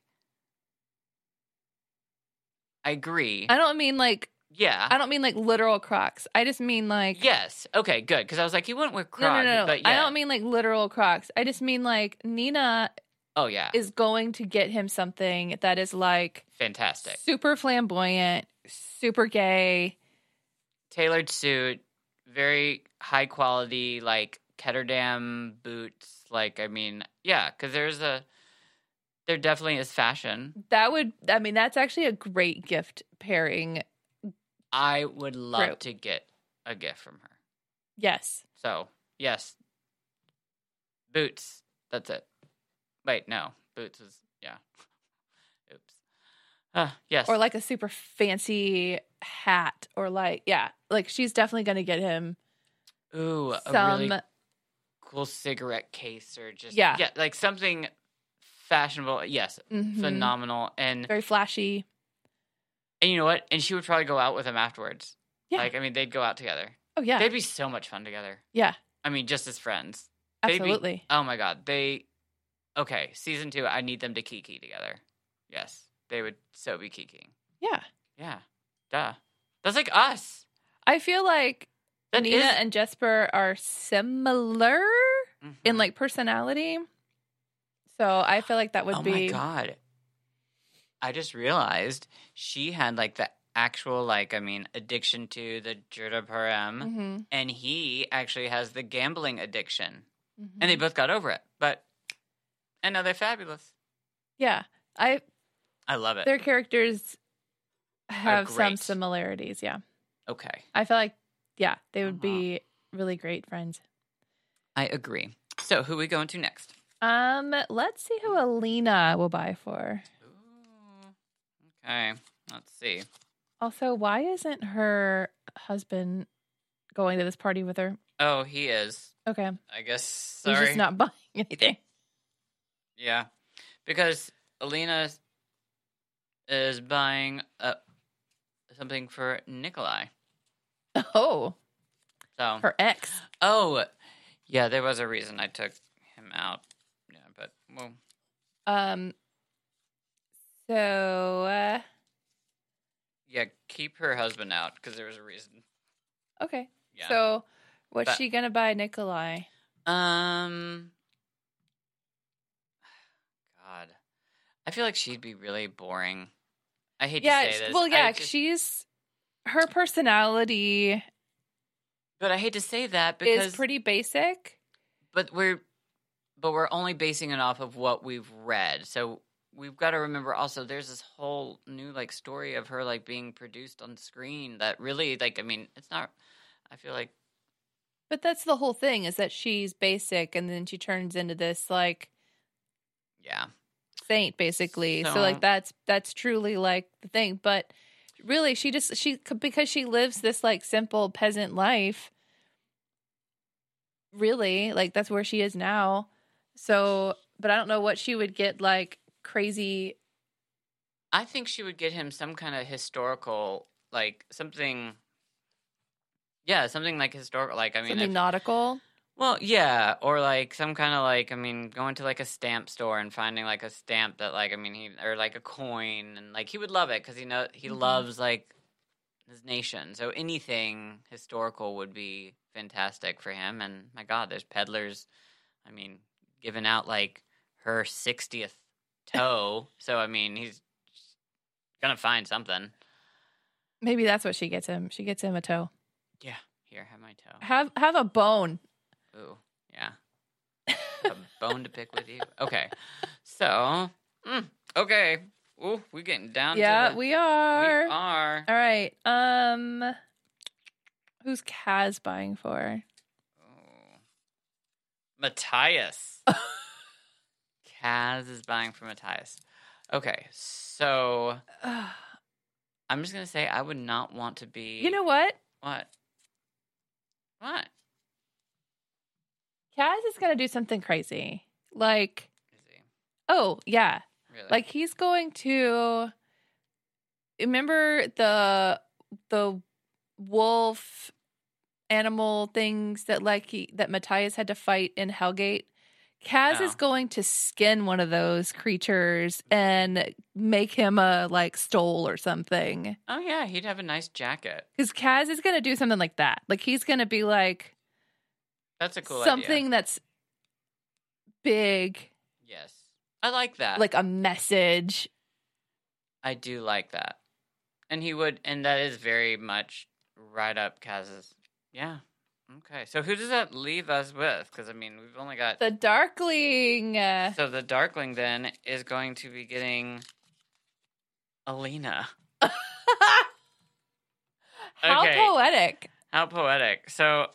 Speaker 2: I agree.
Speaker 3: I don't mean like
Speaker 2: yeah.
Speaker 3: I don't mean like literal Crocs. I just mean like
Speaker 2: yes. Okay. Good. Because I was like, you wouldn't wear
Speaker 3: No,
Speaker 2: Crocs,
Speaker 3: no, no, no.
Speaker 2: but yeah.
Speaker 3: I don't mean like literal Crocs. I just mean like Nina
Speaker 2: oh yeah.
Speaker 3: is going to get him something that is like
Speaker 2: Fantastic.
Speaker 3: super flamboyant, super gay.
Speaker 2: Tailored suit, very high quality, like Ketterdam boots. Like I mean, yeah. Because there's a, there definitely is fashion.
Speaker 3: That would, I mean, that's actually a great gift pairing.
Speaker 2: I would love
Speaker 3: Group.
Speaker 2: to get a gift from her.
Speaker 3: Yes.
Speaker 2: So, yes. Boots. That's it. Wait, no. Boots is, yeah. (laughs) Oops. Uh, yes.
Speaker 3: Or like a super fancy hat or like, yeah, like she's definitely going to get him
Speaker 2: Ooh, a
Speaker 3: some.
Speaker 2: really cool cigarette case or just,
Speaker 3: Yeah.
Speaker 2: yeah like something fashionable. Yes.
Speaker 3: Mhm.
Speaker 2: Phenomenal. And,
Speaker 3: Very flashy.
Speaker 2: and you know what? And she would probably go out with him afterwards.
Speaker 3: Yeah.
Speaker 2: Like, I mean, they'd go out together.
Speaker 3: Oh, yeah.
Speaker 2: They'd be so much fun together.
Speaker 3: Yeah.
Speaker 2: I mean, just as friends. they'd be-
Speaker 3: Absolutely.
Speaker 2: Oh my god, they okay. Season two, I need them to kiki together. Yes, they would so be kikiing.
Speaker 3: Yeah.
Speaker 2: Yeah, duh. That's like us.
Speaker 3: I feel like
Speaker 2: That
Speaker 3: Nina
Speaker 2: is-
Speaker 3: and Jesper are similar
Speaker 2: Mhm.
Speaker 3: in like personality. So I feel like that would
Speaker 2: oh
Speaker 3: be.
Speaker 2: my god. I just realized she had like the actual like I mean addiction to the Jurda Parem,
Speaker 3: Mhm.
Speaker 2: and he actually has the gambling addiction,
Speaker 3: Mhm.
Speaker 2: and they both got over it. But and now they're fabulous.
Speaker 3: yeah, I
Speaker 2: I love it.
Speaker 3: their characters have some
Speaker 2: great.
Speaker 3: similarities. Yeah,
Speaker 2: okay,
Speaker 3: I feel like yeah they would
Speaker 2: Uh-huh.
Speaker 3: be really great friends.
Speaker 2: I agree. So who we going to next?
Speaker 3: Um, let's see who Alina will buy for.
Speaker 2: Ooh. Okay, let's see.
Speaker 3: Also, why isn't her husband going to this party with her?
Speaker 2: Oh, he is.
Speaker 3: Okay,
Speaker 2: I guess.
Speaker 3: he's
Speaker 2: Sorry.
Speaker 3: just not (laughs) buying anything.
Speaker 2: yeah, because Alina is buying uh, something for Nikolai.
Speaker 3: Oh,
Speaker 2: So.
Speaker 3: her ex.
Speaker 2: oh, yeah. There was a reason I took him out. Yeah, but well,
Speaker 3: Um. So uh,
Speaker 2: yeah. Keep her husband out because there was a reason.
Speaker 3: okay,
Speaker 2: Yeah.
Speaker 3: so what's
Speaker 2: But-
Speaker 3: she gonna buy Nikolai?
Speaker 2: Um. God, I feel like she'd be really boring. I hate
Speaker 3: Yeah,
Speaker 2: to say
Speaker 3: it's-
Speaker 2: this.
Speaker 3: well,
Speaker 2: I
Speaker 3: yeah,
Speaker 2: just-
Speaker 3: she's her personality
Speaker 2: But I hate to say that because
Speaker 3: is pretty basic.
Speaker 2: but we're but we're only basing it off of what we've read. So we've got to remember also there's this whole new like story of her like being produced on screen that really like I mean, it's not I feel like
Speaker 3: But that's the whole thing is that she's basic and then she turns into this like
Speaker 2: yeah.
Speaker 3: saint basically. So,
Speaker 2: So- uh,
Speaker 3: like that's that's truly like the thing, but really she just she because she lives this like simple peasant life really, like that's where she is now. So, but I don't know what she would get like crazy
Speaker 2: I think she would get him some kind of historical, like something. Yeah, something like historical. Like I mean,
Speaker 3: Something
Speaker 2: if-
Speaker 3: nautical.
Speaker 2: well, yeah, or like some kind of like I mean, going to like a stamp store and finding like a stamp that like I mean he or like a coin and like he would love it because he know he
Speaker 3: Mhm.
Speaker 2: loves like his nation. So anything historical would be fantastic for him. And my God, there's peddlers. I mean, giving out like her sixtieth toe. so I mean, he's gonna find something.
Speaker 3: Maybe that's what she gets him. She gets him a toe.
Speaker 2: Yeah, here, have my toe.
Speaker 3: Have have a bone.
Speaker 2: Ooh, yeah. a bone to pick
Speaker 3: (laughs)
Speaker 2: with you. Okay. So, mm, okay. Ooh, we're getting down
Speaker 3: yeah,
Speaker 2: to the,
Speaker 3: we are.
Speaker 2: we are.
Speaker 3: All right. Um, who's Kaz buying for?
Speaker 2: Ooh.
Speaker 3: (laughs)
Speaker 2: Matthias. Kaz is buying for Matthias. Okay. So,
Speaker 3: Ugh.
Speaker 2: I'm just going to say I would not want to be
Speaker 3: You know what?
Speaker 2: what? What?
Speaker 3: Kaz is gonna do something crazy. Like,
Speaker 2: Is he?
Speaker 3: oh yeah,
Speaker 2: Really?
Speaker 3: like he's going to remember the the wolf animal things that like he, that Matthias had to fight in Hellgate. Kaz
Speaker 2: Oh.
Speaker 3: is going to skin one of those creatures and make him a like stole or something.
Speaker 2: Oh yeah, he'd have a nice jacket.
Speaker 3: Because Kaz is going to do something like that. Like he's going to be like
Speaker 2: That's a cool
Speaker 3: something
Speaker 2: idea.
Speaker 3: that's big,
Speaker 2: Yes. I like that.
Speaker 3: like a message.
Speaker 2: I do like that. And he would, and that is very much right up Kaz's. Yeah. Okay. So who does that leave us with? Because, I mean, we've only got.
Speaker 3: The
Speaker 2: (laughs)
Speaker 3: Darkling. Uh,
Speaker 2: so the Darkling then is going to be getting Alina.
Speaker 3: how
Speaker 2: Okay.
Speaker 3: poetic.
Speaker 2: How poetic. So,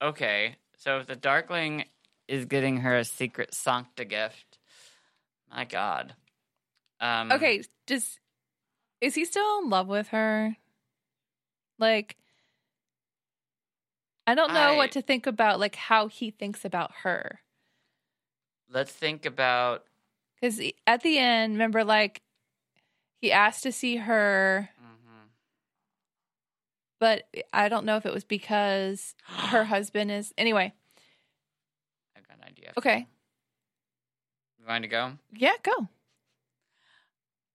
Speaker 2: okay. So if the Darkling is getting her a secret Sancta gift, my God. Um,
Speaker 3: Okay, does is he still in love with her? Like I don't know
Speaker 2: I-
Speaker 3: what to think about like how he thinks about her.
Speaker 2: Let's think about.
Speaker 3: Cuz e, at the end, remember like he asked to see her,
Speaker 2: mhm.
Speaker 3: but I don't know if it was because her husband is anyway.
Speaker 2: I've got an idea.
Speaker 3: Okay.
Speaker 2: You want to go?
Speaker 3: Yeah, go.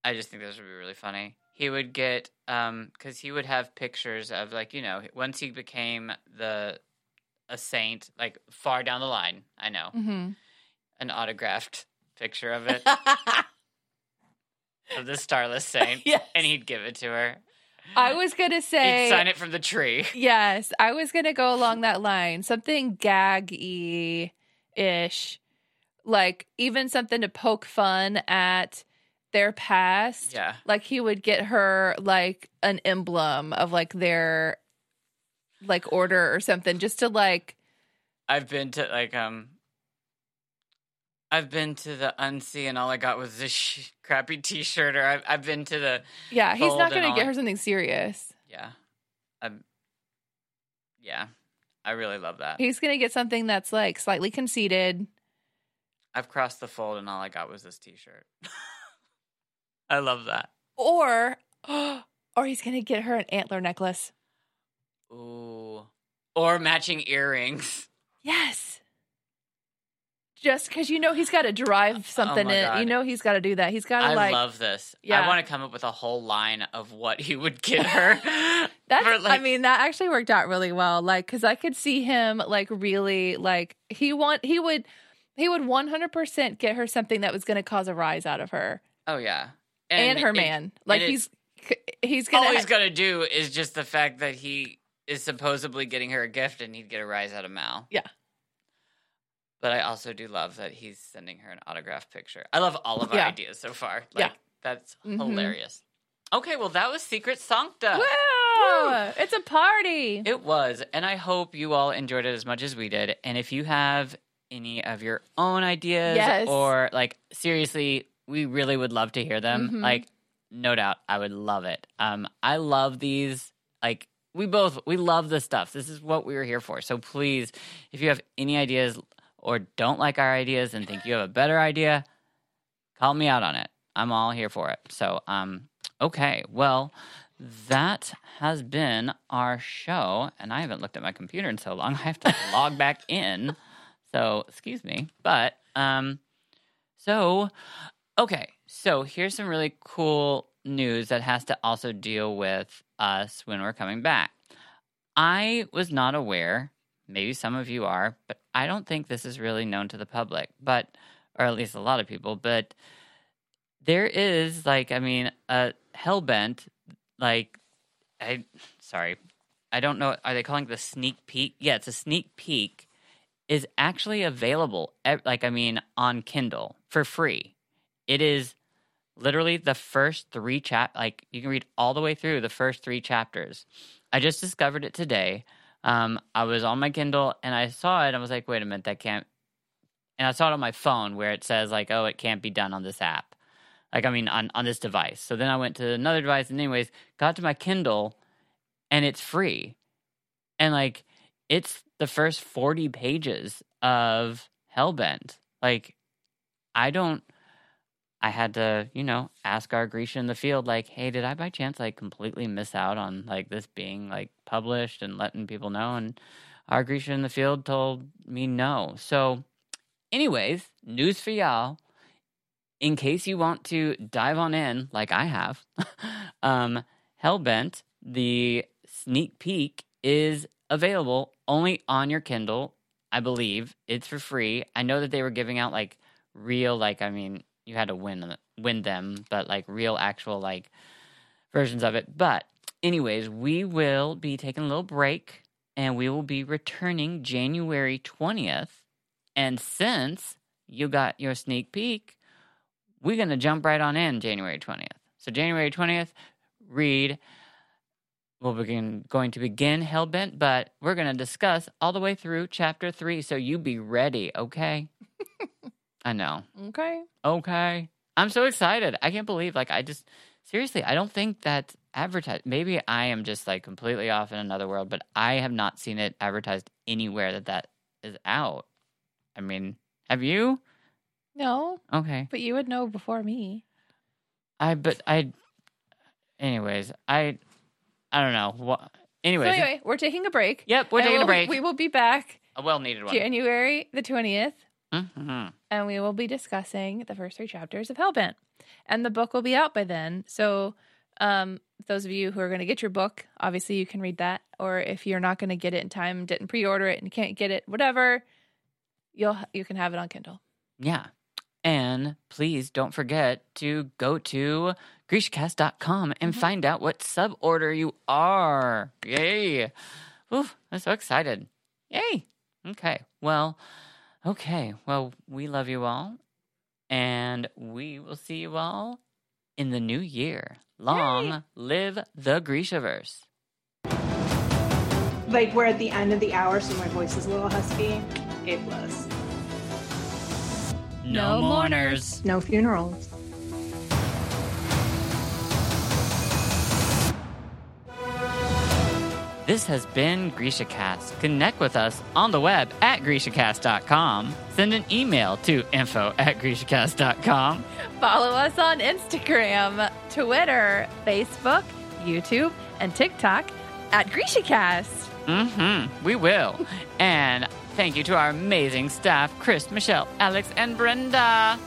Speaker 2: I just think this would be really funny. He would get um because he would have pictures of like you know once he became the a saint like far down the line. I know
Speaker 3: hmm
Speaker 2: an autographed picture of
Speaker 3: (laughs)
Speaker 2: it of the starless saint,
Speaker 3: (laughs) Yes.
Speaker 2: and he'd give it to her.
Speaker 3: I was gonna say
Speaker 2: he'd sign it from the tree.
Speaker 3: Yes, I was gonna go along that line. Something gaggy ish. Like even something to poke fun at their past.
Speaker 2: Yeah,
Speaker 3: Like he would get her like an emblem of like their like order or something just to like
Speaker 2: I've been to like um. I've been to the unsee and all I got was this sh- crappy (laughs) T-shirt. Or I've I've been to the
Speaker 3: yeah, he's
Speaker 2: Fold
Speaker 3: not
Speaker 2: and
Speaker 3: gonna
Speaker 2: all
Speaker 3: get
Speaker 2: that.
Speaker 3: her something serious.
Speaker 2: Yeah. Um, yeah. I really love that.
Speaker 3: He's gonna get something that's like slightly conceited.
Speaker 2: I've crossed the fold and all I got was this t shirt. (laughs) I love that.
Speaker 3: Or (gasps) or he's gonna get her an antler necklace.
Speaker 2: Ooh. Or matching earrings.
Speaker 3: Yes. Just because you know he's got to drive something
Speaker 2: Oh my
Speaker 3: in.
Speaker 2: God.
Speaker 3: You know he's got to do that. He's got
Speaker 2: I
Speaker 3: to like.
Speaker 2: love this. I
Speaker 3: Yeah.
Speaker 2: want to come up with a whole line of what he would (laughs) get her.
Speaker 3: (laughs) That's,
Speaker 2: for, like-
Speaker 3: I mean, that actually worked out really well. Like, because I could see him like really like he want he would he would one hundred percent get her something that was going to cause a rise out of her
Speaker 2: oh, yeah.
Speaker 3: and, her
Speaker 2: it-
Speaker 3: man. Like
Speaker 2: and
Speaker 3: he's he's
Speaker 2: All
Speaker 3: gonna
Speaker 2: he's going to do is just the fact that he is supposedly getting her a gift and he'd get a rise out of Mal.
Speaker 3: Yeah.
Speaker 2: But I also do love that he's sending her an autograph picture. I love all of our
Speaker 3: Yeah.
Speaker 2: ideas so far. Like,
Speaker 3: Yeah.
Speaker 2: That's
Speaker 3: Mhm.
Speaker 2: hilarious. Okay, well, that was Secret Sancta.
Speaker 3: Woo! It's a party.
Speaker 2: It was, and I hope you all enjoyed it as much as we did. And if you have any of your own ideas
Speaker 3: Yes.
Speaker 2: or like seriously, we really would love to hear them.
Speaker 3: Mhm.
Speaker 2: Like no doubt, I would love it. Um I love these like we both we love this stuff. This is what we were here for. So please, if you have any ideas or don't like our ideas and think you have a better idea, call me out on it. I'm all here for it. So, um, okay, well, that has been our show, and I haven't looked at my computer in so long. (laughs) I have to log back in, so excuse me. But um, so okay, so here's some really cool news that has to also deal with us when we're coming back. I was not aware. Maybe some of you are, but I don't think this is really known to the public, but or at least a lot of people. But there is like, I mean, a hellbent like I sorry. I don't know are they calling it the sneak peek? Yeah, it's a sneak peek is actually available ev- like I mean on Kindle for free. It is literally the first 3 chap like you can read all the way through the first 3 chapters. I just discovered it today. Um I was on my Kindle and I saw it I was like wait a minute that can't and I saw it on my phone where it says like oh it can't be done on this app like I mean on on this device. So then I went to another device, and anyways, got to my Kindle, and it's free, and like it's the first forty pages of Hellbent. Like I don't. I had to, you know, ask our Grisha in the field, like, "Hey, did I by chance like completely miss out on like this being like published and letting people know?" And our Grisha in the field told me no. So, anyways, news for y'all in case you want to dive on in like I have, (laughs) um, Hellbent, the sneak peek, is available only on your Kindle, I believe. It's for free. I know that they were giving out like real, like, I mean, you had to win, win them, but like real, actual, like versions of it. But, anyways, we will be taking a little break and we will be returning January 20th. And since you got your sneak peek, we're going to jump right on in January 20th. So, January 20th, read. We'll begin going to begin Hellbent, but we're going to discuss all the way through chapter three. So, you be ready,
Speaker 3: (laughs)
Speaker 2: okay? I know.
Speaker 3: Okay.
Speaker 2: Okay. I'm so excited. I can't believe, like, I just seriously, I don't think that's advertised. Maybe I am just like completely off in another world, but I have not seen it advertised anywhere that that is out. I mean, have you?
Speaker 3: No,
Speaker 2: Okay.
Speaker 3: but you would know before me.
Speaker 2: I but I. Anyways, I I don't know. Wha- Anyways,
Speaker 3: so anyway, we're taking a break.
Speaker 2: yep, we're
Speaker 3: And
Speaker 2: taking a
Speaker 3: we'll-
Speaker 2: break.
Speaker 3: We will be back
Speaker 2: a well needed one.
Speaker 3: January the twentieth,
Speaker 2: hmm
Speaker 3: and we will be discussing the first three chapters of Hellbent, and the book will be out by then. So, um, those of you who are going to get your book, obviously you can read that, or if you're not going to get it in time, didn't pre-order it, and can't get it, whatever, you'll you can have it on Kindle.
Speaker 2: Yeah. And please don't forget to go to GrishCast.com and
Speaker 3: Mhm.
Speaker 2: find out what suborder you are. Yay. Oof, I'm so excited. Yay. Okay. Well, okay. Well, we love you all. And we will see you all in the new year. Long live the Grishaverse.
Speaker 1: Like we're at the end of the hour, so my voice is a little husky. A plus.
Speaker 3: No mourners.
Speaker 1: No funerals.
Speaker 2: This has been GrishaCast. Connect with us on the web at GrishaCast.com. Send an email to info at GrishaCast.com.
Speaker 3: Follow us on Instagram, Twitter, Facebook, YouTube, and TikTok at GrishaCast.
Speaker 2: Mm-hmm, we will. and thank you to our amazing staff, Chris, Michelle, Alex, and Brenda.